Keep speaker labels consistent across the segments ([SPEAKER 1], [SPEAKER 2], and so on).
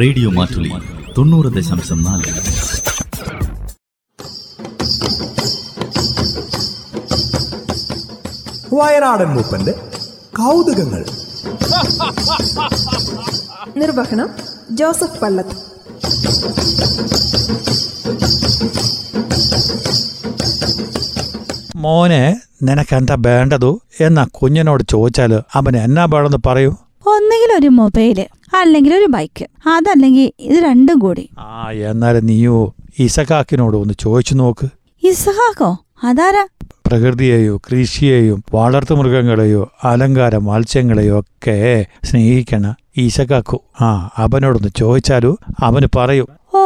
[SPEAKER 1] radio Mattoli തൊണ്ണൂറ് ദശാംശം നാല്
[SPEAKER 2] വയനാടൻ മൂപ്പന്റെ കൗതുകങ്ങൾ
[SPEAKER 3] നിർവഹണം ജോസഫ് പള്ളത്ത്
[SPEAKER 4] മോനെ നിനക്കെന്താ വേണ്ടതു എന്നാ കുഞ്ഞിനോട് ചോദിച്ചാൽ അവൻ എന്നാ വേണമെന്ന് പറയൂ
[SPEAKER 5] ഒന്നുകിൽ ഒരു മൊബൈല് അല്ലെങ്കിൽ ഒരു ബൈക്ക് അതല്ലെങ്കിൽ ഇത് രണ്ടും കൂടി
[SPEAKER 4] ആ എന്നാലും നീയോ ഇസഖാക്കിനോട് ഒന്ന് ചോദിച്ചു നോക്ക്
[SPEAKER 5] ഇസഹാക്കോ അതാരാ
[SPEAKER 4] പ്രകൃതിയെയോ കൃഷിയെയോ വളർത്തുമൃഗങ്ങളെയോ അലങ്കാര മത്സ്യങ്ങളെയോ ഒക്കെ സ്നേഹിക്കണ ഇസഖാക്കു ആ അവനോടൊന്ന് ചോദിച്ചാലോ അവന് പറയൂ
[SPEAKER 5] ഓ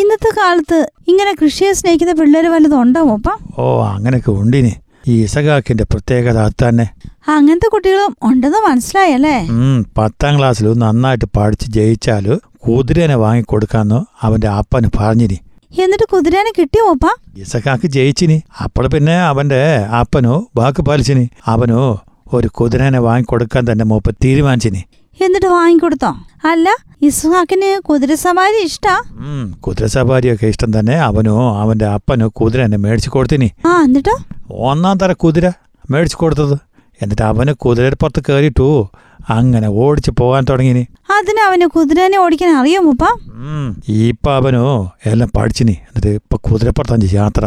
[SPEAKER 5] ഇന്നത്തെ കാലത്ത് ഇങ്ങനെ കൃഷിയെ സ്നേഹിക്കുന്ന പിള്ളേർ വല്ലതും ഉണ്ടോ മൂപ്പ
[SPEAKER 4] ഓ അങ്ങനെയൊക്കെ ഉണ്ടിനി ഈ ഇസഖാക്കിന്റെ പ്രത്യേകത അത് തന്നെ
[SPEAKER 5] അങ്ങനത്തെ കുട്ടികളും ഉണ്ടെന്ന് മനസ്സിലായല്ലേ
[SPEAKER 4] ഉം, പത്താം ക്ലാസ്സിൽ നന്നായിട്ട് പഠിച്ച് ജയിച്ചാല് കുതിരനെ വാങ്ങിക്കൊടുക്കാന്ന് അവന്റെ അപ്പന് പറഞ്ഞിനി
[SPEAKER 5] എന്നിട്ട് കുതിരേനെ കിട്ടിയോ മൂപ്പ
[SPEAKER 4] ഇസഖാക്ക് ജയിച്ചിനി അപ്പോൾ പിന്നെ അവന്റെ അപ്പനോ വാക്ക് പാലിച്ചിനി അവനോ ഒരു കുതിരനെ വാങ്ങിക്കൊടുക്കാൻ തന്നെ മൂപ്പ തീരുമാനിച്ചിനി
[SPEAKER 5] എന്നിട്ട് വാങ്ങിക്കൊടുത്തോ അല്ല ഇസ്ഹാക്കിന് കുതിര സവാരി ഇഷ്ടാ
[SPEAKER 4] ഉം, കുതിര സവാരിയൊക്കെ ഇഷ്ടം തന്നെ അവനോ അവന്റെ അപ്പനോ കുതിരനെ മേടിച്ചു കൊടുത്തിനി
[SPEAKER 5] ആ എന്നിട്ടോ
[SPEAKER 4] ഒന്നാം തര കുതിര മേടിച്ചു കൊടുത്തത് എന്നിട്ട് അവന് കുതിരയുടെ പുറത്ത് കയറിയിട്ടു അങ്ങനെ ഓടിച്ചു പോകാൻ തുടങ്ങിനി
[SPEAKER 5] അതിന് അവന് കുതിരേനെ ഓടിക്കാൻ അറിയോ മൂപ്പ
[SPEAKER 4] ഉം, ഇപ്പൊ അവനോ എല്ലാം പഠിച്ചിനി എന്നിട്ട് ഇപ്പൊ കുതിരപ്പുറത്തഞ്ച് യാത്ര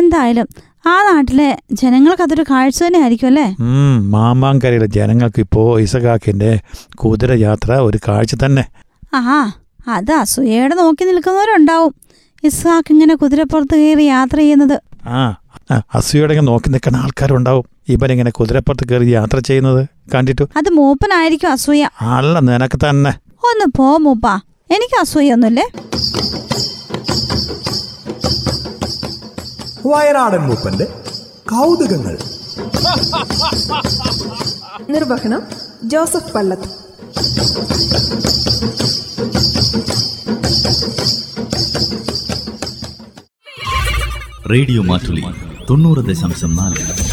[SPEAKER 5] എന്തായാലും ആ നാട്ടിലെ ജനങ്ങൾക്ക് അതൊരു കാഴ്ച തന്നെ ആയിരിക്കും അല്ലേ
[SPEAKER 4] ഉം, മാമാങ്കരയിലെ ജനങ്ങൾക്ക് ഇപ്പോ ഇസഖാക്കിന്റെ കുതിരയാത്ര ഒരു കാഴ്ച തന്നെ
[SPEAKER 5] ആ അത് അസൂയയോടെ നോക്കി നിൽക്കുന്നവരുണ്ടാവും ഇസ്ഹാക്ക് ഇങ്ങനെ കുതിരപ്പുറത്ത് കയറി യാത്ര ചെയ്യുന്നത്
[SPEAKER 4] ആ ആ, അസൂയയോടെ ഇങ്ങനെ നോക്കി നിൽക്കുന്ന ആൾക്കാരുണ്ടാവും ഇവനിങ്ങനെ കുതിരപ്പുറത്ത് കയറി യാത്ര ചെയ്യുന്നത് കണ്ടിട്ടു
[SPEAKER 5] അത് മൂപ്പനായിരിക്കും അസൂയ
[SPEAKER 4] അല്ല നിനക്ക് തന്നെ
[SPEAKER 5] ഒന്ന് പോ മൂപ്പ എനിക്ക് അസൂയൊന്നുമില്ലേ
[SPEAKER 2] വയനാടൻ മൂപ്പന്റെ കൗതുകങ്ങൾ
[SPEAKER 3] നിർവഹണം ജോസഫ് പള്ളത്ത്
[SPEAKER 1] റേഡിയോ മാറ്റുലി തൊണ്ണൂറ് ദശാംശം നാല്